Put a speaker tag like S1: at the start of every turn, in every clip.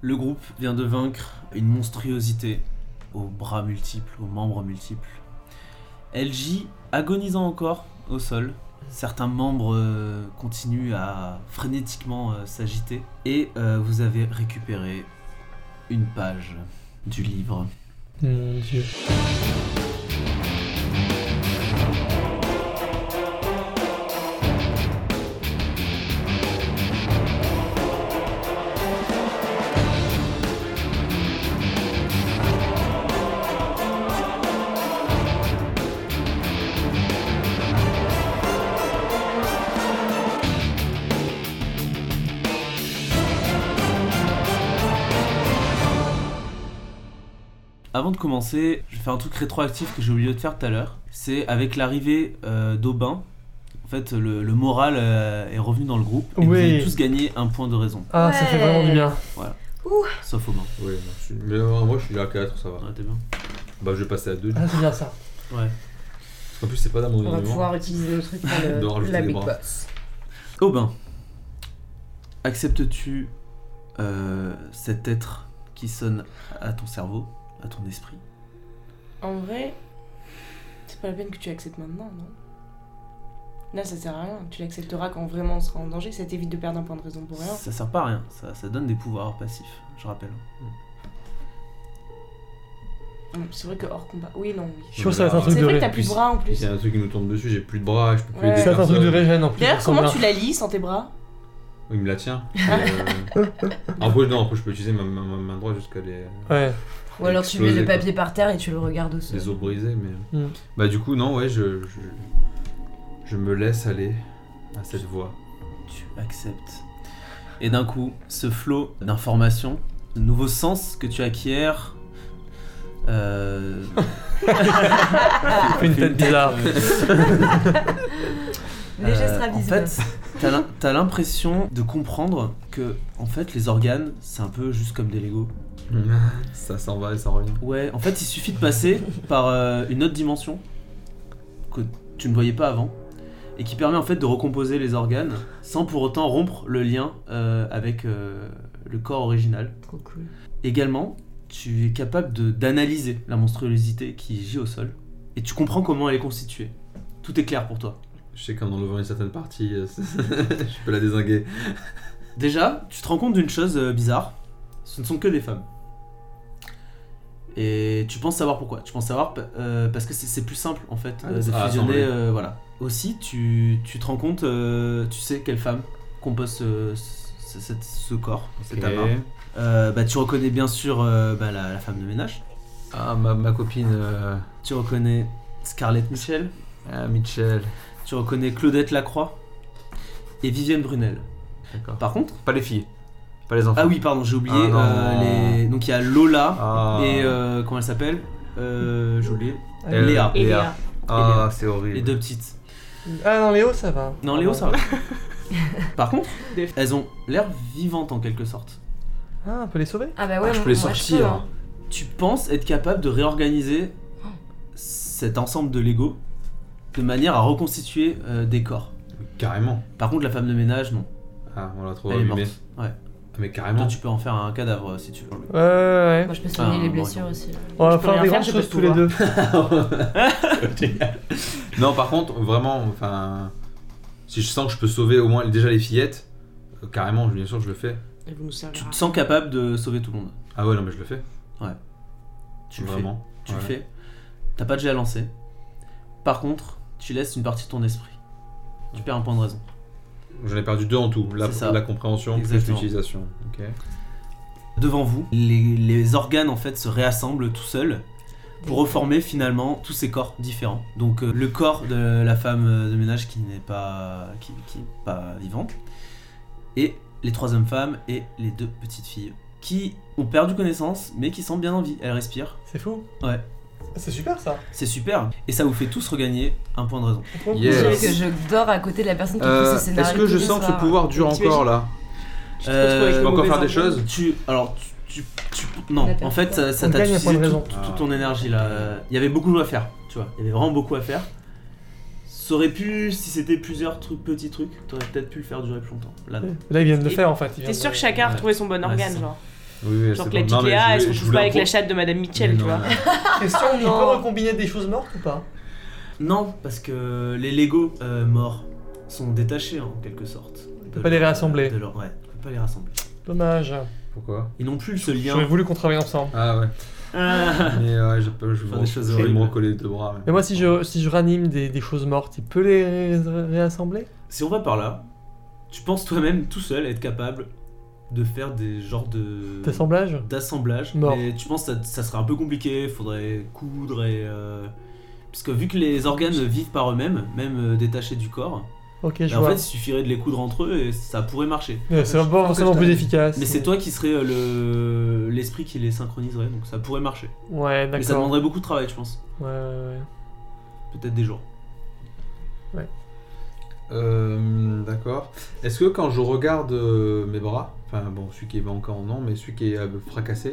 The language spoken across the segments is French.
S1: Le groupe vient de vaincre une monstruosité aux bras multiples, aux membres multiples. LJ, agonisant encore au sol, certains membres euh, continuent à frénétiquement euh, s'agiter. Et euh, vous avez récupéré une page du livre.
S2: Mon dieu.
S1: Avant de commencer, je vais faire un truc rétroactif que j'ai oublié de faire tout à l'heure. C'est avec l'arrivée euh, d'Aubin, en fait, le, le moral euh, est revenu dans le groupe. Et vous
S2: Oui.
S1: avez tous gagné un point de raison,
S2: Ah, ça fait
S3: Ouais.
S2: vraiment du bien.
S1: sauf Aubin.
S4: Oui, non, je suis- mais euh, moi je suis à 4, ça va.
S1: Ouais, t'es bien.
S4: Bah je vais passer à 2.
S2: Ah, c'est bien ça.
S1: hein. Ouais.
S4: En plus, c'est pas dans mon
S3: On va
S4: élément.
S3: pouvoir utiliser le truc pour le-
S4: De rajouter
S3: la
S4: les
S3: big
S4: bras.
S3: boss.
S1: Aubin, acceptes-tu euh, cet être qui sonne à ton cerveau, à ton esprit
S3: En vrai, c'est pas la peine que tu acceptes maintenant, non Là, ça sert à rien. Tu l'accepteras quand vraiment on sera en danger. Ça t'évite de perdre un point de raison pour rien.
S1: Ça sert pas à rien, ça, ça donne des pouvoirs passifs, je rappelle.
S3: Hum, C'est vrai que hors combat. Oui, non, oui.
S2: Je trouve que ça va être un truc
S3: C'est
S2: de
S3: vrai que
S2: ré.
S3: t'as plus de bras en
S4: Il y
S3: plus.
S4: a un truc qui nous tombe dessus, j'ai plus de bras, je peux plus
S3: Ouais.
S4: aider
S2: Ça va être un truc de
S4: personne.
S2: régène en plus.
S3: D'ailleurs,
S2: ça
S3: comment
S2: ressemble
S3: tu la lis sans tes bras
S4: Il me la tient. mais, euh, En plus, non, en plus, je peux utiliser ma ma- ma main droite jusqu'à les...
S2: bien. Ouais.
S5: Ou alors tu mets
S4: Exploser,
S5: le papier par terre et tu le regardes au sol.
S4: les os brisés, mais.
S2: Mm.
S4: Bah, du coup, non, ouais, je, je. je me laisse aller à cette voie.
S1: Tu acceptes. Et d'un coup, ce flot d'informations, de nouveaux sens que tu acquiers. euh,
S2: Fais une tête bizarre.
S5: Les gestes
S1: Euh, En
S5: ravisés.
S1: fait, t'as l'im- t'as l'impression de comprendre que, en fait, les organes, c'est un peu juste comme des Lego.
S4: ça s'en va et ça revient.
S1: Ouais, en fait, il suffit de passer par euh, une autre dimension que tu ne voyais pas avant et qui permet en fait de recomposer les organes sans pour autant rompre le lien euh, avec euh, le corps original.
S5: Trop cool.
S1: Également, tu es capable de- d'analyser la monstruosité qui gît au sol et tu comprends comment elle est constituée. Tout est clair pour toi.
S4: Je sais qu'en enlevant une certaine partie, euh, je peux la désinguer.
S1: Déjà, tu te rends compte d'une chose euh, bizarre. Ce ne sont que des femmes. Et tu penses savoir pourquoi. Tu penses savoir p- euh, parce que c'est- c'est plus simple en fait
S4: Ah,
S1: euh, de fusionner.
S4: ah, assembler.
S1: euh, voilà. Aussi, tu, tu te rends compte, euh, tu sais quelle femme compose ce, ce- cette- ce corps, cet amas.
S4: Et-
S1: Euh, bah, tu reconnais bien sûr euh, bah, la, la femme de ménage.
S4: Ah, ma, ma copine, euh,
S1: Tu reconnais Scarlett Michel.
S4: ah, Mitchell.
S1: Tu reconnais Claudette Lacroix et Vivienne Brunel.
S4: D'accord.
S1: Par contre,
S4: Pas les filles, pas les enfants.
S1: ah oui, pardon, j'ai oublié.
S4: Ah, non.
S1: euh, les... Donc il y a Lola.
S4: Ah.
S1: Et euh, comment elle s'appelle euh, J'ai oublié.
S2: Euh,
S1: Léa.
S3: Et
S4: Léa.
S3: Léa.
S4: Ah, c'est horrible.
S1: Les deux petites.
S2: Ah non, Léo, ça va.
S1: Non,
S2: Ah
S1: Léo,
S2: bon.
S1: ça va. Par contre, elles ont l'air vivantes en quelque sorte.
S2: Ah, on peut les sauver
S5: Ah bah
S4: Ah,
S5: ouais,
S4: je
S5: moi,
S4: peux les
S5: moi,
S4: sortir.
S5: peux, hein.
S1: Tu penses être capable de réorganiser cet ensemble de Lego de manière à reconstituer euh, des corps.
S4: Carrément.
S1: Par contre, la femme de ménage, non.
S4: Ah, on l'a trop
S1: Elle est
S4: abîmée.
S1: morte. Ouais.
S4: Ah, mais
S1: Toi,
S4: carrément.
S1: tu peux en faire un cadavre euh, si tu veux.
S2: Ouais, ouais, ouais.
S5: Moi je peux soigner
S1: Ah,
S5: les
S1: bon,
S5: blessures
S1: bon.
S5: aussi.
S2: On va
S3: peux
S2: faire
S3: rien
S2: des
S3: faire,
S2: grandes
S3: j'ai pas
S2: choses
S3: de
S2: tous les
S3: pouvoir.
S2: deux.
S4: non, par contre, vraiment, enfin, si je sens que je peux sauver au moins déjà les fillettes, euh, carrément, bien sûr, je le fais.
S3: Elle vous nous
S1: Tu
S3: servira.
S5: Ah.
S1: te sens capable de sauver tout le monde.
S4: Ah ouais, non, mais je le fais.
S1: Tu le fais.
S4: vraiment.
S1: Tu le
S4: Ouais.
S1: fais. T'as pas de jet à lancer. Par contre, tu laisses une partie de ton esprit. Tu perds un point de raison.
S4: J'en ai perdu deux en tout. La,
S1: C'est ça.
S4: la compréhension plus
S1: Exactement.
S4: l'utilisation. Ok.
S1: Devant vous, les, les organes en fait se réassemblent tout seuls pour reformer finalement tous ces corps différents. Donc euh, le corps de la femme euh, de ménage qui n'est pas qui, qui est pas vivante et les trois hommes femmes et les deux petites filles qui ont perdu connaissance mais qui sont bien en vie. Elles respirent.
S2: C'est fou. Ah,
S1: Ouais.
S2: C'est super ça.
S1: C'est super et ça vous fait tous regagner un point de raison.
S2: Trop cool.
S4: Yes.
S5: Je dirais que je dors à côté de la personne qui fait
S4: Euh,
S5: ce scénario.
S4: Est-ce que je
S5: tous les
S4: sens que ce
S5: soirs.
S4: pouvoir dure
S3: T'imagines-
S4: encore là
S3: Tu te retrouves avec
S1: Euh,
S3: le
S4: peux encore
S3: mauvais
S4: faire des
S3: organe.
S4: choses
S1: Tu alors tu, tu- tu- non en fait ça, ça
S2: On
S1: t'a
S2: gagne un
S1: utilisé
S2: point de
S1: tout-
S2: raison.
S1: tout- toute ton énergie là. Euh, Il y avait beaucoup à faire, tu vois. Il y avait vraiment beaucoup à faire. Ça aurait pu si c'était plusieurs trucs, petits trucs, t'aurais peut-être pu le faire durer plus longtemps. Là non.
S2: Là, ils viennent de le faire en fait. ils
S3: T'es
S2: viennent
S3: sûr
S2: de-
S3: que chacun a
S1: Ouais.
S3: retrouvé son bon
S1: Ouais, c'est
S3: organe,
S1: ça.
S3: genre
S4: Oui, oui,
S3: Genre
S4: c'est
S3: que la
S4: bon.
S3: petite
S4: Non, mais je
S3: Léa, elle se
S4: voulais- je
S3: retrouve
S4: voulais
S3: pas
S4: un
S3: avec la
S4: pro-
S3: chatte de Madame Mitchell,
S4: Mais
S3: tu
S4: non,
S3: vois.
S4: non.
S2: Question, on
S3: Ah, Non.
S2: peut recombiner des choses mortes ou pas
S1: Non, parce que les Lego euh, morts sont détachés en quelque sorte. On
S2: peut pas les réassembler.
S1: De leur... Ouais, on peut pas les rassembler.
S2: Dommage.
S4: Pourquoi
S1: Ils n'ont plus ce
S2: J'aurais
S1: lien.
S2: voulu qu'on travaille ensemble.
S4: Ah ouais.
S1: Ah.
S4: Mais ouais, je peux- je
S1: Faire
S4: me-
S1: des choses
S4: je vais me
S1: horribles.
S4: recoller les deux bras. mais-
S2: Mais moi, si je, si je ranime des, des choses mortes, il peut les ré- ré- réassembler
S1: si on va par là, tu penses toi-même tout seul être capable de faire des genres de
S2: D'assemblage
S1: d'assemblage.
S2: Mort.
S1: Mais tu penses que ça, ça serait un peu compliqué, faudrait coudre et euh, parce que vu que les organes vivent par eux-mêmes, même euh, détachés du corps,
S2: Ok, je
S1: bah, en
S2: vois.
S1: fait, il suffirait de les coudre entre eux et ça pourrait marcher.
S2: Ouais, C'est
S4: je pense
S2: pas
S4: que
S2: forcément
S4: je
S2: plus
S4: t'ai-
S2: efficace.
S1: Mais c'est toi qui serais euh, le l'esprit qui les synchroniserait, donc ça pourrait marcher.
S2: Ouais,
S1: Mais ça
S2: d'accord.
S1: demanderait beaucoup de travail, je pense.
S2: Ouais, ouais, ouais.
S1: Peut-être des jours.
S4: Euh, D'accord. Est-ce que quand je regarde euh, mes bras, enfin bon, celui qui est encore non, mais celui qui est euh, fracassé,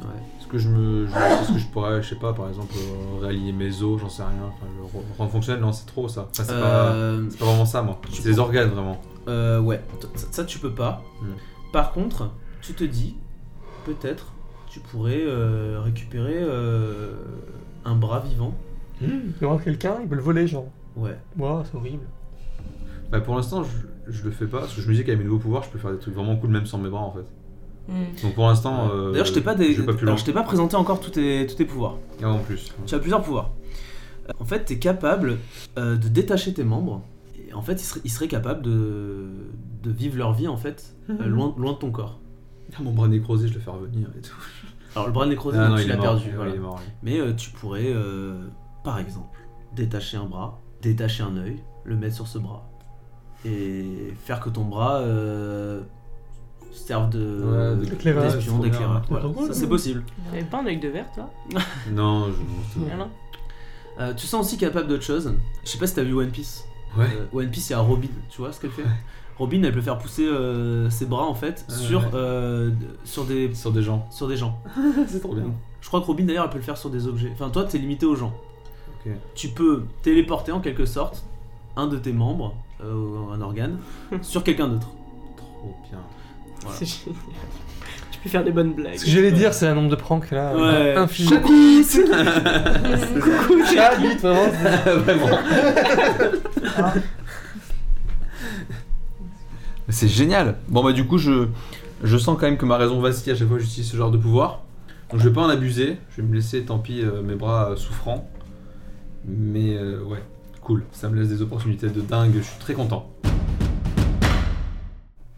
S4: est-ce que je me, je- est-ce que je pourrais, je sais pas, par exemple, euh, réaligner mes os, j'en sais rien, enfin, le re- rendre fonctionnel, non, c'est trop ça. Enfin, c'est pas,
S1: Euh,
S4: c'est pas vraiment ça, moi.
S1: Tu
S4: C'est les organes vraiment.
S1: euh, ouais, ça, ça, tu peux pas.
S4: Hmm.
S1: Par contre, tu te dis, peut-être, tu pourrais euh, récupérer euh, un bras vivant.
S2: Hmm, Il peut y avoir quelqu'un, il peut le voler, genre.
S1: Ouais.
S2: Wow, c'est horrible.
S4: Bah, pour l'instant, je, je le fais pas parce que je me dis qu'avec mes nouveaux pouvoirs, je peux faire des trucs vraiment cool même sans mes bras en fait.
S5: Hmm.
S4: Donc pour l'instant, euh,
S1: D'ailleurs, je t'ai pas, des...
S4: je vais pas plus loin.
S1: alors, je t'ai pas présenté encore tous tes, tous tes pouvoirs.
S4: Ah, en plus.
S1: Tu as plusieurs pouvoirs. Euh, En fait, tu es capable euh, de détacher tes membres. Et en fait, ils seraient, ils seraient capables de, de vivre leur vie en fait
S2: Mhm.
S1: euh, loin, loin de ton corps.
S4: Ah, mon bras nécrosé, je le fais revenir et tout.
S1: Alors le bras nécrosé,
S4: Ah,
S1: donc,
S4: non,
S1: tu
S4: il est
S1: l'as
S4: mort.
S1: perdu.
S4: Ouais,
S1: voilà.
S4: Il est mort. lui.
S1: Mais euh, tu pourrais, euh, par exemple, détacher un bras, détacher un œil, le mettre sur ce bras et faire que ton bras euh, serve de
S4: Ouais, de-
S2: d'éclairage.
S1: d'espion,
S4: Trop bien.
S1: d'éclairage. Voilà.
S2: Trop cool.
S1: Ça c'est possible.
S3: T'avais pas un œil de verre, toi
S4: Non, je. c'est bon.
S3: Ah non.
S1: Euh, tu sens aussi capable d'autres choses. Je sais pas si t'as vu One Piece.
S4: Ouais.
S1: Euh, One Piece, il y a Robin, tu vois ce qu'elle fait Robin, elle peut faire pousser euh, ses bras en fait
S4: Ouais,
S1: sur,
S4: ouais.
S1: euh, d- sur, des,
S4: Sur des gens.
S1: sur des gens.
S4: c'est trop
S1: bien. Je crois que Robin d'ailleurs, elle peut le faire sur des objets. Enfin, toi, t'es limité aux gens.
S4: Ok.
S1: Tu peux téléporter en quelque sorte un de tes membres, euh, ou un organe, sur quelqu'un d'autre.
S4: Trop bien.
S1: Voilà.
S3: C'est génial. Tu peux faire des bonnes blagues.
S2: Ce que j'allais dire, c'est un nombre de pranks
S4: Ah,
S2: là.
S1: Ouais.
S2: Infini.
S3: Coucou,
S2: Chat, vite, vraiment.
S4: Vraiment. C'est génial. Bon bah du coup je je sens quand même que ma raison vacille à chaque fois que j'utilise ce genre de pouvoir. Donc je vais pas en abuser. Je vais me laisser, tant pis, euh, mes bras euh, souffrants. Mais euh, ouais, cool. Ça me laisse des opportunités de dingue. Je suis très content.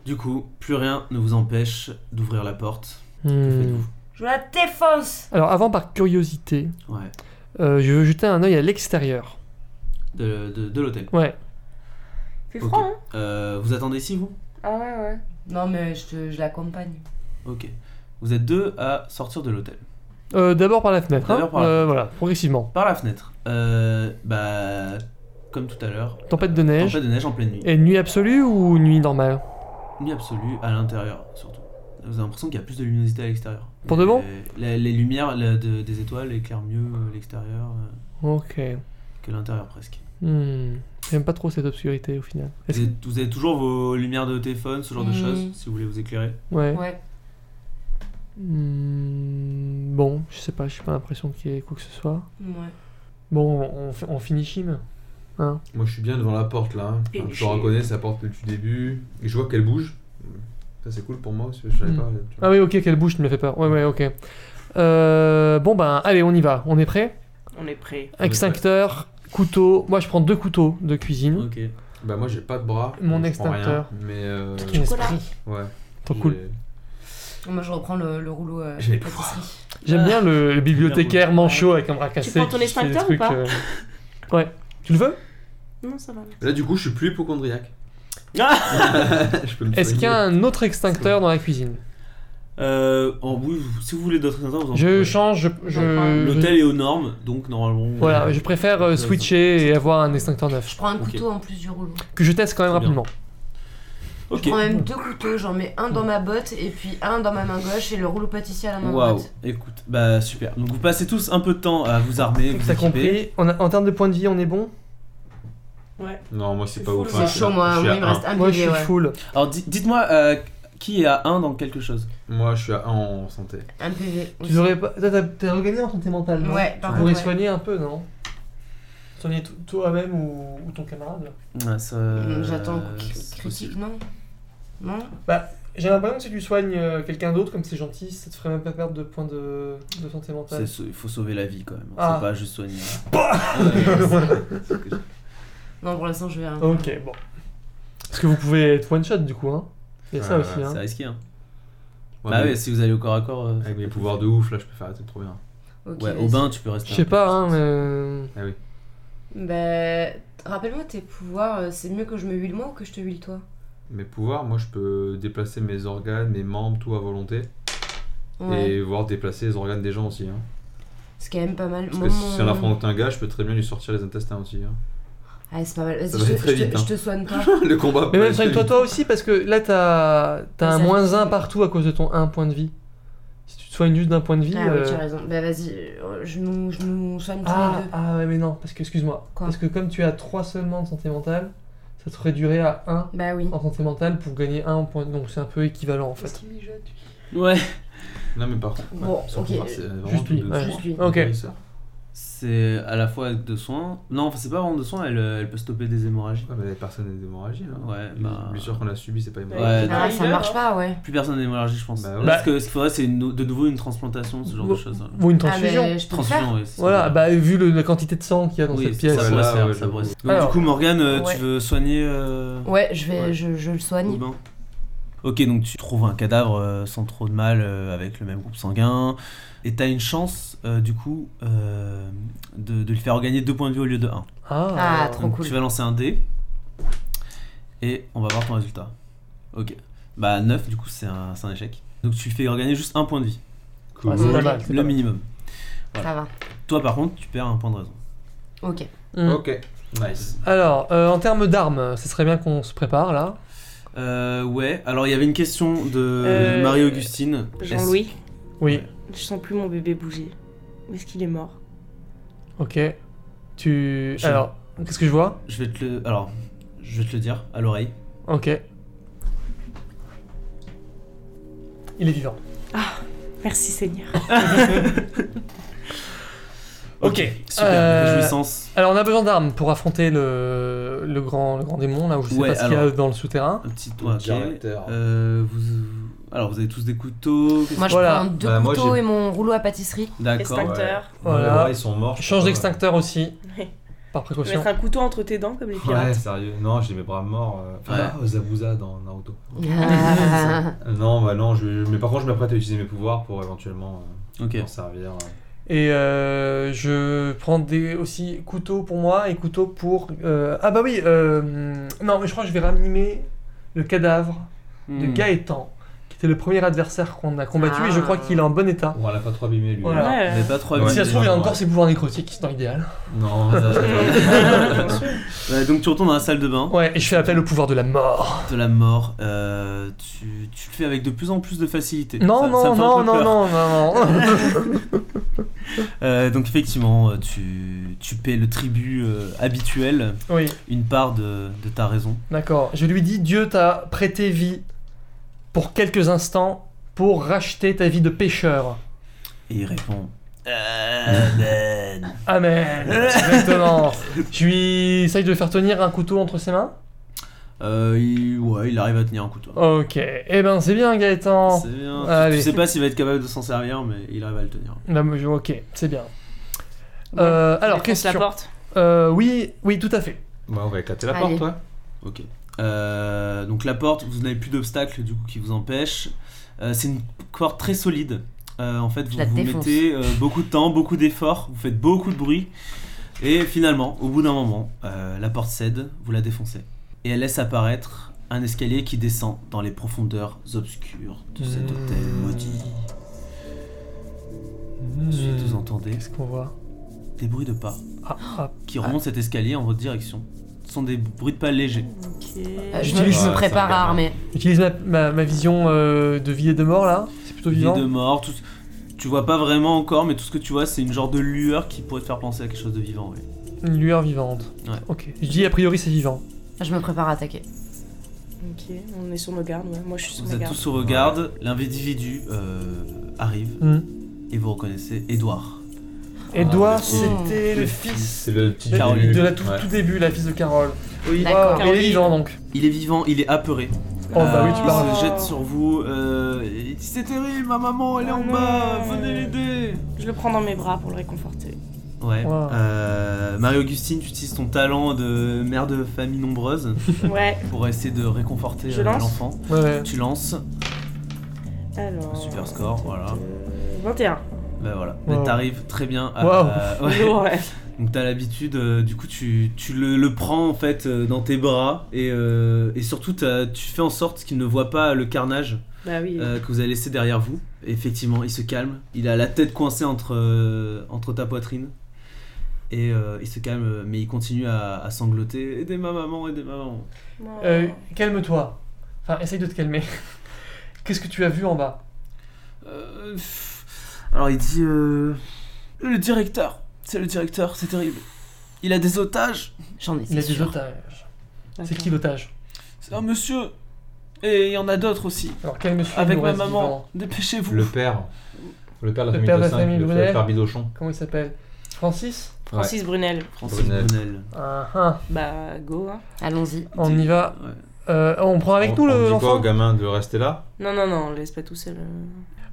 S1: Du coup, plus rien ne vous empêche d'ouvrir la porte.
S2: Hmm.
S1: Faites-vous.
S5: Je la défonce
S2: Alors, avant, par curiosité,
S1: Ouais.
S2: euh, je veux jeter un œil à l'extérieur.
S1: De, de- de l'hôtel.
S2: Ouais.
S3: C'est
S1: Ok.
S3: froid, hein
S1: Euh, vous attendez ici, vous
S3: Ah ouais, ouais.
S5: Non, mais je, te- je l'accompagne.
S1: Ok. Vous êtes deux à sortir de l'hôtel.
S2: Euh, D'abord par la fenêtre. hein.
S1: D'abord par la
S2: Euh, voilà, progressivement.
S1: Par la fenêtre. Euh, bah, comme tout à l'heure.
S2: Tempête de neige.
S1: Tempête de neige en pleine nuit.
S2: Et nuit absolue ou nuit normale
S1: Nuit absolue à l'intérieur surtout. Vous avez l'impression qu'il y a plus de luminosité à l'extérieur.
S2: Pour de bon
S1: Les- Les, les lumières la- de- des étoiles éclairent mieux euh, l'extérieur euh,
S2: Ok.
S1: que l'intérieur presque.
S2: Hmm. J'aime pas trop cette obscurité au final. Est-ce
S1: Vous avez, vous avez toujours vos lumières de téléphone, ce genre de
S5: Mhm.
S1: choses, si vous voulez vous éclairer.
S2: que- Ouais.
S5: Ouais.
S2: Hmm, Bon, je sais pas, j'ai pas l'impression qu'il y ait quoi que ce soit.
S5: Ouais.
S2: Bon, on, on, on finit Chim.
S4: Moi je suis bien devant la porte là. hein. Enfin, je te reconnais, c'est la porte du début. Et je vois qu'elle bouge. Ça c'est cool pour moi parce que je savais
S2: Mm.
S4: pas. tu vois.
S2: Ah oui, ok, quelle bouche, tu me l'as fait peur. Ouais, ouais, ok. Euh, bon, ben, allez, on y va. On est prêt
S3: On est prêt.
S4: prêt.
S2: Extincteur, couteau. Moi, je prends deux couteaux de cuisine.
S1: Ok.
S4: Bah moi j'ai pas de bras.
S2: Mon
S4: donc je prends rien.
S2: extincteur.
S4: Mais euh,
S2: Tout
S5: Chocolat.
S4: ouais.
S2: Trop cool.
S4: j'ai-
S5: Moi, je reprends le, le rouleau euh,
S4: Je vais
S5: pâtisserie.
S2: J'aime bien le, le
S1: Ah,
S2: bibliothécaire manchot avec un bras cassé.
S3: prends ton
S2: qui fait des
S3: extincteur ou pas
S2: euh, Ouais. Tu le veux
S3: Non, ça va.
S4: Là, du coup, je suis plus hypochondriaque. je peux me
S2: Est-ce
S4: soigner.
S2: qu'il y a un autre extincteur dans la cuisine
S1: Euh, en- oui, vous- si vous voulez d'autres instants, vous en
S2: Je change, je. je-
S1: L'hôtel est aux normes, donc normalement.
S2: Voilà, je préfère euh, switcher et avoir un extincteur neuf.
S5: Je prends un
S1: Ok.
S5: couteau en plus du rouleau.
S2: Que je teste quand même
S1: Très bien.
S2: rapidement.
S5: Je
S1: Ok.
S5: prends même deux couteaux, j'en mets un dans ma botte et puis un dans ma main gauche et le rouleau pâtissier à la main
S1: Waouh.
S5: droite.
S1: Écoute, bah super. Donc vous passez tous un peu de temps à vous armer, vous
S2: T'as
S1: équiper.
S2: compris on a- En termes de points de vie, on est bon
S3: Ouais.
S4: Non, moi,
S3: C'est
S4: c'est pas
S3: fou, le
S4: ouf. hein.
S5: C'est
S3: Ouais,
S4: Je suis
S5: chaud,
S4: à-
S5: moi.
S4: je suis
S5: Moi,
S4: à
S5: il me
S4: un.
S5: reste un
S2: Moi, je
S5: billet,
S2: suis
S5: ouais.
S2: full.
S1: Alors di- dites-moi euh, Qui est à 1 dans quelque chose
S4: Moi, je suis à 1 en santé.
S5: Un PV.
S2: Tu devrais pas. Toi, t'as- t'es regagné en santé mentale, non
S5: Ouais, par
S2: Tu pourrais
S5: contre. Ah, ouais.
S2: soigner un peu, non Soigner to- toi-même ou, ou ton camarade
S1: Ouais, Ah, ça-
S5: Hum, J'attends
S1: Euh, c'est
S5: cri- critique,
S1: possible.
S5: non Non
S2: J'ai l'impression que si tu soignes euh, quelqu'un d'autre, comme c'est gentil, ça te ferait même pas perdre de points de, de santé mentale.
S1: C'est sau- Il faut sauver la vie quand même.
S2: Ah. Bah,
S1: C'est pas juste soigner.
S5: Non, pour l'instant, je vais rien.
S2: Ah,
S4: Oh.
S2: ok, bon. Parce que vous pouvez être one-shot du coup, hein Il y a ça
S4: Ouais,
S2: aussi, hein
S1: C'est risqué. Hein.
S4: Ouais,
S1: bah
S4: mais-
S1: oui, si vous allez au corps à corps. euh,
S4: Avec mes pouvoirs de ouf, là, je peux faire un truc trop bien.
S5: Ok,
S1: Ouais,
S5: vas-y.
S1: au bain, tu peux rester.
S2: Je
S1: un
S2: sais
S1: peu.
S2: pas, hein, mais.
S5: Bah, rappelle-moi tes pouvoirs, euh, c'est mieux que je me huile moi ou que je te huile toi
S4: Mes pouvoirs, moi, je peux déplacer mes organes, mes membres, tout à volonté.
S5: Ouais.
S4: Et voir déplacer les organes des gens aussi. Hein.
S5: C'est quand même pas mal.
S4: Parce
S5: Moi,
S4: que si on
S5: mon-
S4: affronte un gars, je peux très bien lui sortir les intestins aussi. Hein.
S5: Ah, c'est pas mal.
S4: Ça va
S5: Vas-y, je, te-
S4: très
S5: je te-
S4: vite, hein.
S5: je te soigne toi.
S4: Le combat.
S2: Mais
S4: peut
S2: même
S4: être
S2: soigne-toi
S4: vite.
S2: toi aussi parce que là t'as t'as
S5: Ouais,
S2: un
S5: ça
S2: moins
S5: fait-
S2: 1 partout à cause de ton 1 point de vie. Si tu te soignes juste d'un point de vie.
S5: Ah oui,
S2: euh,
S5: tu as raison. Bah, vas-y, euh, je nous, je nous soigne tous
S2: ah,
S5: les deux.
S2: ah ouais mais non, parce que excuse-moi.
S5: Quoi
S2: Parce que comme tu as 3 seulement de santé mentale, ça te ferait durer à 1
S5: Bah oui.
S2: en santé mentale pour gagner 1 en point. Donc c'est un peu équivalent en fait.
S3: Qu'est-ce qu'il mijote lui
S1: Ouais.
S4: Non, mais par contre.
S5: Bon,
S4: sans
S5: ok.
S4: combat, c'est vraiment
S2: Juste lui,
S4: de-
S2: ouais. Oh.
S5: Juste lui.
S2: Ok.
S1: C'est à la fois de soins. Non, enfin, c'est pas vraiment de soins, elle, euh, elle peut stopper des hémorragies.
S4: Ouais, mais la personne est d'hémorragie là.
S1: Ouais,
S4: Les
S1: bah-
S4: blessures qu'on a subies, c'est pas hémorragie.
S1: Ouais.
S5: Ah, ça
S3: Il est
S5: marche
S3: là.
S5: pas, ouais.
S1: Plus personne d'hémorragie, je pense.
S4: Bah ouais.
S1: Parce que ce qu'il faudrait, c'est une nou- de nouveau une transplantation, ce genre
S2: Bon.
S1: de choses. hein.
S2: Ou une
S5: Ah,
S2: transfusion.
S5: mais je peux le faire.
S1: Transfusion, oui. c'est-
S2: Voilà, bah vu le- la quantité de sang qu'il y a dans
S1: Oui,
S2: cette pièce.
S1: ça
S4: Ouais,
S1: pourrait
S4: là,
S1: se faire,
S4: ouais,
S1: ça
S4: j'avoue.
S1: pourrait se- Donc,
S2: Alors-
S1: du coup, Morgane, euh,
S5: Ouais.
S1: tu veux soigner. euh,
S5: Ouais, je vais,
S1: Ouais.
S5: Je, je le
S1: Au
S5: soigne.
S1: bain. Ok, donc tu trouves un cadavre euh, sans trop de mal euh, avec le même groupe sanguin. Et t'as une chance, euh, du coup, euh, de, de lui faire gagner 2 points de vie au lieu de 1.
S5: Ah,
S2: Ah,
S5: trop
S1: Donc
S5: cool.
S1: tu vas lancer un dé. Et on va voir ton résultat. Ok. Bah 9, du coup, c'est un, c'est un échec. Donc tu lui fais gagner juste un point de vie.
S4: Cool.
S2: Ouais, Ah, c'est pas
S5: Cool.
S2: mal. c'est
S1: euh, Le
S2: pas mal.
S1: minimum.
S5: Ça va.
S1: Toi, par contre, tu perds un point de raison.
S5: Ok.
S2: Mm.
S4: Ok. Nice.
S2: Alors, euh, en termes d'armes, ce serait bien qu'on se prépare là.
S1: Euh, ouais, alors il y avait une question de
S3: Euh,
S1: Marie-Augustine.
S3: Jean-Louis,
S2: Oui,
S3: je sens plus mon bébé bouger. Où est-ce qu'il est mort
S2: ok. Tu.
S1: Je-
S2: Alors, qu'est-ce que je vois
S1: Est-ce- Je vais te le. Alors, je vais te le dire à l'oreille.
S2: Ok. Il est vivant.
S3: Merci Seigneur.
S1: Ok, super.
S2: Euh,
S1: Réjouissance.
S2: Alors on a besoin d'armes pour affronter le, le grand, le grand démon là où je sais
S1: Ouais,
S2: pas ce qu'il y a
S1: alors.
S2: dans le souterrain.
S1: Un petit
S4: Le
S1: toit. ok.
S4: directeur.
S1: Euh, vous... Alors, vous avez tous des couteaux. qu'est-ce
S5: Moi, je
S2: Voilà.
S5: prends deux
S4: Bah, moi,
S5: couteaux
S4: j'ai-
S5: et mon rouleau à pâtisserie.
S1: que- D'accord.
S4: Extinct.
S3: Extincteur.
S2: Voilà.
S4: Les bras, ils sont morts. je
S2: Change
S4: crois, ouais.
S2: d'extincteur aussi,
S3: Ouais.
S2: par
S3: Je vais
S2: précaution.
S3: Mettre un couteau entre tes dents comme les
S4: Ouais,
S3: pirates.
S4: sérieux. Non, j'ai mes bras morts. euh,
S1: Ouais.
S4: ah, Zabuza dans Naruto.
S5: Ah.
S4: Euh, Non, bah non, je... mais par contre, je m'apprête à utiliser mes pouvoirs pour éventuellement
S1: Ok.
S4: euh, m'en servir. euh.
S2: Et euh, je prends des aussi couteaux pour moi et couteaux pour... euh, Ah bah oui, euh, non mais je crois que je vais ranimer le cadavre de
S1: Hmm.
S2: Gaëtan, qui était le premier adversaire qu'on a combattu et je crois qu'il est en bon état.
S4: Bon, elle a pas trop abîmé, lui.
S2: Voilà.
S1: Vous
S3: euh.
S1: n'avez Ah, pas trop
S4: Ouais.
S2: si ça se trouve, il a encore
S4: Ouais.
S2: ses pouvoirs nécrotiques dans l'idéal.
S4: Non, ça, c'est-
S3: Bien sûr.
S1: Ouais, donc tu retournes dans la salle de bain
S2: Ouais, et je fais appel au pouvoir de la mort.
S1: de la mort. Euh, tu, tu le fais avec de plus en plus de facilité.
S2: Non,
S1: Ça-
S2: non,
S1: ça me fait un
S2: non,
S1: peu
S2: non,
S1: peur.
S2: non, non, non.
S1: Euh, donc effectivement, euh, tu, tu paies le tribut euh, habituel,
S2: oui,
S1: une part de, de ta raison.
S2: d'accord. Je lui dis Dieu t'a prêté vie pour quelques instants pour racheter ta vie de pécheur.
S1: Et il répond. Amen.
S2: Amen. Exactement. Je lui essaye de faire tenir un couteau entre ses mains.
S1: Euh, il- ouais, il arrive à tenir un couteau.
S2: Ok. Eh ben, c'est bien, Gaëtan.
S5: Oh.
S1: C'est bien.
S5: Ah,
S2: Allez.
S1: Je sais pas s'il va être capable de s'en servir, mais il arrive à le tenir.
S2: Là, je- ok, c'est bien. Euh,
S3: On
S2: alors,
S3: fonce la
S2: question.
S3: porte.
S2: Euh, oui, oui, tout à fait.
S4: Ouais, on va éclater la
S5: Allez.
S4: porte, ouais.
S1: Ok. Euh, donc la porte, vous n'avez plus d'obstacles du coup qui vous empêche. Euh, c'est une porte très solide. Euh, en fait, vous,
S5: la
S1: vous
S5: défonce.
S1: mettez euh, beaucoup de temps, beaucoup d'efforts, vous faites beaucoup de bruit. Et finalement, au bout d'un moment, euh, la porte cède, vous la défoncez. Et elle laisse apparaître un escalier qui descend dans les profondeurs obscures de cet hôtel
S2: Mmh.
S1: maudit.
S2: Euh,
S1: Ensuite, vous entendez
S2: Qu'est-ce qu'on voit
S1: des bruits de pas
S2: Ah, ah,
S1: qui remontent cet escalier en votre direction. Ce sont des bruits de pas légers.
S5: Euh,
S3: Ok.
S5: je, me, je me
S4: Ouais,
S5: prépare
S4: ça
S5: à
S4: regarde.
S5: armer.
S2: J'utilise ma, ma- ma vision euh, de vie et de mort là. C'est plutôt
S1: Vie
S2: vivant.
S1: de mort, tout... tu vois pas vraiment encore, mais tout ce que tu vois, c'est une genre de lueur qui pourrait te faire penser à quelque chose de vivant. oui.
S2: Une lueur vivante.
S1: Ouais.
S2: Ok. Je dis a priori c'est vivant.
S5: Je me prépare à attaquer.
S3: Ok, on est sur nos gardes, ouais. Moi je suis sur
S1: Vous
S3: mes
S1: êtes
S3: gardes.
S1: tous au garde. L'individu euh, arrive
S2: Hmm.
S1: et vous reconnaissez Edouard.
S2: Edouard,
S4: Ah,
S2: c'était le fils
S4: C'est le petit
S1: Carole,
S4: début.
S2: de la tout,
S4: Ouais.
S2: tout début, la fils de Carole.
S1: Oui.
S5: D'accord.
S2: il est vivant donc.
S1: Il est vivant, il est apeuré. Euh,
S2: Oh bah oui, tu
S1: il
S2: parles.
S1: se jette sur vous. euh, il dit, C'est terrible, ma maman, elle est en
S2: Ah
S3: Non.
S1: bas, venez l'aider.
S3: Je le prends dans mes bras pour le réconforter.
S1: Ouais.
S2: Wow.
S1: Euh, Marie-Augustine, tu utilises ton talent de mère de famille nombreuse
S3: ouais,
S1: pour essayer de réconforter
S3: Je
S1: euh,
S3: lance.
S1: l'enfant.
S2: Ouais.
S1: Tu lances,
S3: alors.
S1: super score, voilà.
S3: 21.
S1: Bah voilà,
S2: Wow.
S1: Mais t'arrives très bien. à-
S2: Wow.
S1: à- ouais.
S3: Ouais.
S1: Donc t'as l'habitude, euh, du coup tu, tu le, le prends en fait euh, dans tes bras et, euh, et surtout t'as- tu fais en sorte qu'il ne voit pas le carnage
S3: Bah oui.
S1: euh, que vous avez laissé derrière vous. Et effectivement, il se calme. Il a la tête coincée entre, euh, entre ta poitrine. Et euh, il se calme, euh, mais il continue à, à sangloter. Aidez ma maman, aidez ma maman.
S3: Non.
S2: Euh, Calme-toi. Enfin, essaye de te calmer. Qu'est-ce que tu as vu en bas
S1: Euh, pff. alors il dit euh, Le directeur, c'est le directeur, c'est terrible. Il a des otages,
S5: J'en ai,
S2: Il y a
S5: c'est
S2: des
S5: sûr.
S2: otages. C'est
S3: D'accord.
S2: qui l'otage
S1: c'est un monsieur. Et il y en a d'autres aussi.
S2: Alors quel monsieur
S1: Avec
S2: nous
S1: ma
S2: reste
S1: maman,
S2: vivant
S1: dépêchez-vous.
S4: Le père. Le père de la
S2: Le
S4: famille
S2: père de la
S4: de 5,
S2: famille
S4: le
S2: Brunel.
S4: père- père Bidochon.
S2: Comment il s'appelle Francis
S3: Francis Brunel.
S1: Francis
S4: Brunel.
S1: Brunel.
S2: Ah, ah.
S3: Bah go. Hein.
S5: Allons-y.
S2: On y va.
S1: Ouais.
S2: Euh, on prend avec
S4: On-
S2: nous
S4: On
S2: le
S4: dit quoi au
S2: l'enfant
S4: gamin de rester là
S3: Non, non, non, on le laisse pas tout seul. euh.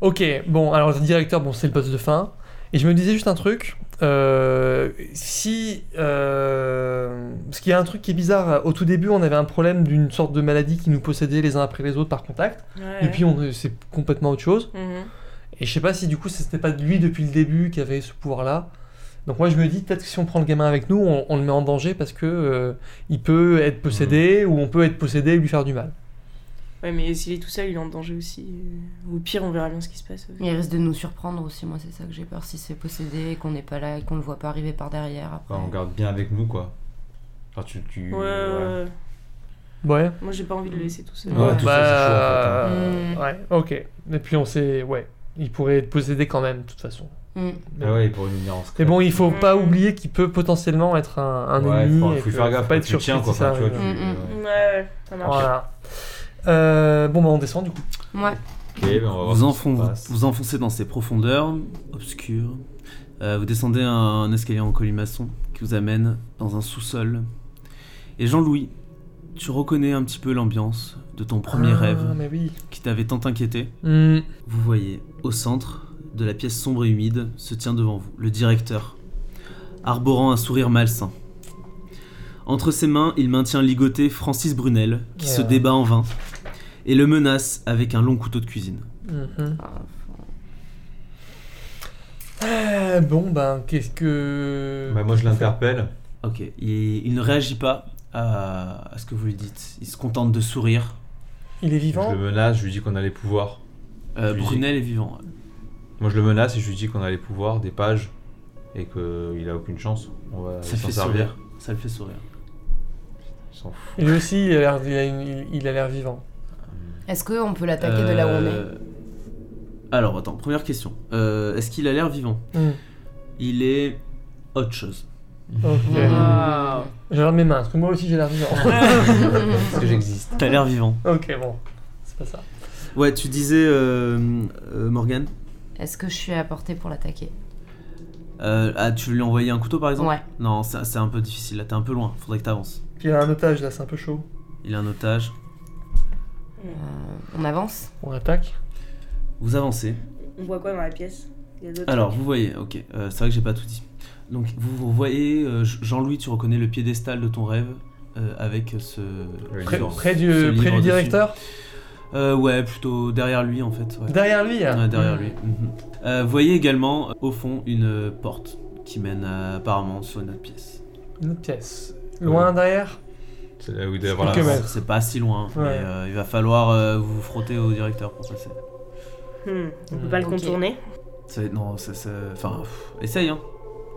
S2: Ok, bon, alors le directeur, bon, c'est le poste de fin. Et je me disais juste un truc. euh, si. Euh, parce qu'il y a un truc qui est bizarre. Au tout début, on avait un problème d'une sorte de maladie qui nous possédait les uns après les autres par contact.
S3: Ouais,
S2: Et
S3: ouais.
S2: puis, on- c'est complètement autre chose.
S3: Mhm.
S2: Et je sais pas si du coup, c'était pas de lui depuis le début qui avait ce pouvoir-là. Donc, moi, je me dis, peut-être que si on prend le gamin avec nous, on, on le met en danger parce que euh, il peut être possédé
S4: Mhm.
S2: ou on peut être possédé et lui faire du mal.
S3: Ouais, mais s'il est tout seul, il est en danger aussi. euh. Au pire, on verra bien ce qui se passe.
S5: Il risque de nous surprendre aussi, moi c'est ça que j'ai peur, si c'est possédé, qu'on n'est pas là et qu'on le voit pas arriver par derrière après.
S4: Enfin, On garde bien avec nous quoi. Enfin, tu, tu...
S3: Ouais, ouais, ouais.
S2: Ouais.
S3: Moi, j'ai pas envie de le laisser tout seul.
S4: Ouais, tout ça, c'est chaud,
S2: Bah,
S5: en fait, hein.
S2: euh,
S5: Mm.
S2: Ouais, ok. Et puis on sait, ouais, il pourrait être possédé quand même, de toute façon.
S5: Hmm.
S4: Ah ouais, pour une ignorance.
S2: Mais bon, il faut
S3: Mm.
S2: pas oublier qu'il peut potentiellement être un, un
S4: Ouais,
S2: ennemi.
S4: faut-
S2: et
S4: faut
S2: que
S4: faire
S2: faut
S4: gaffe,
S2: pas
S4: faut
S2: être
S4: que tu
S2: surpris
S4: tiens,
S2: si
S4: quoi,
S2: ça
S4: enfin, tu euh, vois,
S2: arrive.
S4: tu-
S5: Mm, mm.
S4: ouais.
S3: Ouais, ouais, ça marche.
S2: Voilà. Euh, bon, bah on descend du coup.
S5: Hmm. Ouais.
S4: Ok, ben on va voir
S1: Vous,
S4: ce qui se
S1: enfon-
S4: passe.
S1: vous enfoncez dans ces profondeurs obscures. Euh, vous descendez un, un escalier en colimaçon qui vous amène dans un sous-sol. Et Jean-Louis, tu reconnais un petit peu l'ambiance de ton premier
S2: Ah,
S1: rêve
S2: Mais oui.
S1: qui t'avait tant inquiété.
S2: Mm.
S1: Vous voyez, au centre de la pièce sombre et humide, se tient devant vous le directeur, arborant un sourire malsain. Entre ses mains, il maintient ligoté Francis Brunel, qui se
S2: Ouais.
S1: débat en vain, et le menace avec un long couteau de cuisine.
S2: Mhm.
S5: Ah,
S2: Euh, bon, ben qu'est-ce que.
S4: Bah, moi je l'interpelle.
S1: Ok, il, il ne réagit pas à, à ce que vous lui dites. Il se contente de sourire.
S2: Il est
S4: Je
S2: vivant
S4: le menace, je lui dis qu'on a les pouvoirs.
S1: Euh,
S4: Oui.
S1: Brunel est vivant.
S4: Moi je le menace et je lui dis qu'on a les pouvoirs, des pages, et qu'il a aucune chance. On va
S1: Ça
S4: s'en
S1: fait
S4: servir.
S1: sourire. Ça le fait sourire.
S4: Il s'en fout.
S2: Et Lui aussi, il a l'air- il a une- il a l'air vivant.
S5: Est-ce qu'on peut l'attaquer de là où on est
S1: Euh, Alors, attends, première question. Euh, Est-ce qu'il a l'air vivant
S2: Mm.
S1: Il est autre chose.
S2: Ok.
S4: Mm.
S5: Waouh.
S2: J'ai l'air de mes mains, parce que moi aussi j'ai l'air vivant.
S4: Parce que j'existe.
S1: T'as l'air vivant.
S2: ok, bon, c'est pas ça.
S1: Ouais, tu disais, euh, euh, Morgane
S5: Est-ce que je suis à portée pour l'attaquer
S1: Euh, ah, tu lui as envoyé un couteau par exemple
S5: Ouais.
S1: Non, ça- c'est un peu difficile. Là, t'es un peu loin. Faudrait que t'avances.
S2: Puis il y a un otage là, c'est un peu chaud.
S1: Il a un otage.
S5: Euh, on avance
S2: On attaque
S1: Vous avancez.
S3: On voit quoi dans la pièce Il y a d'autres
S1: Alors, vous voyez, ok, euh, c'est vrai que j'ai pas tout dit. Donc, vous, vous voyez, euh, Je- Jean-Louis, tu reconnais le piédestal de ton rêve euh, avec ce.
S4: Le
S2: Près,
S4: livre.
S2: près du,
S1: Ce livre
S2: près du
S1: dessus.
S2: directeur
S1: Euh, ouais, plutôt derrière lui en fait. ouais.
S2: Derrière lui hein.
S1: Ouais, derrière lui. mhm. Euh, vous voyez également euh, au fond une euh, porte qui mène euh, apparemment sur une autre pièce.
S2: Une autre pièce. Loin derrière
S4: C'est là où il doit y avoir la
S2: Quelques
S4: main.
S2: mètres.
S1: C'est pas si loin, mais
S2: Ouais.
S1: euh, il va falloir euh, vous frotter au directeur pour passer.
S3: Hmm, On peut
S2: Hmm.
S3: pas le
S5: Ok.
S3: contourner.
S1: Ça- non, ça, ça- enfin, pff, essaye. hein.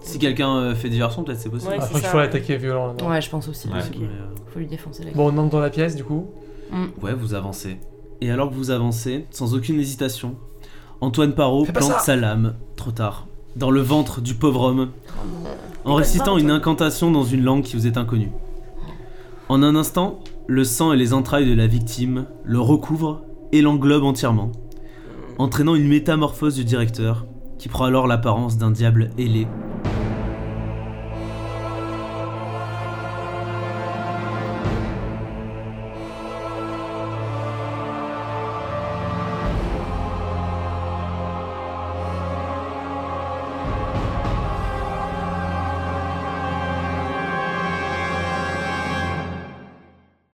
S1: Si quelqu'un euh, fait diversion, peut-être c'est possible.
S3: Ouais,
S2: Après,
S3: c'est
S2: il
S3: ça,
S2: Ah, faut
S3: ouais.
S2: l'attaquer violent là-dedans.
S5: Ouais, je pense aussi.
S4: Ouais.
S1: Mais, euh,
S5: Faut lui défoncer la Hmm. gueule.
S2: Bon, on entre dans la pièce du coup.
S1: Ouais, vous avancez. Et alors que vous avancez, sans aucune hésitation, Antoine Parot
S2: Fais pas
S1: plante
S2: ça
S1: sa lame, trop tard, dans le ventre du pauvre homme, en récitant une incantation dans une langue qui vous est inconnue. En un instant, Le sang et les entrailles de la victime le recouvrent et l'englobent entièrement, entraînant une métamorphose du directeur, qui prend alors l'apparence d'un diable ailé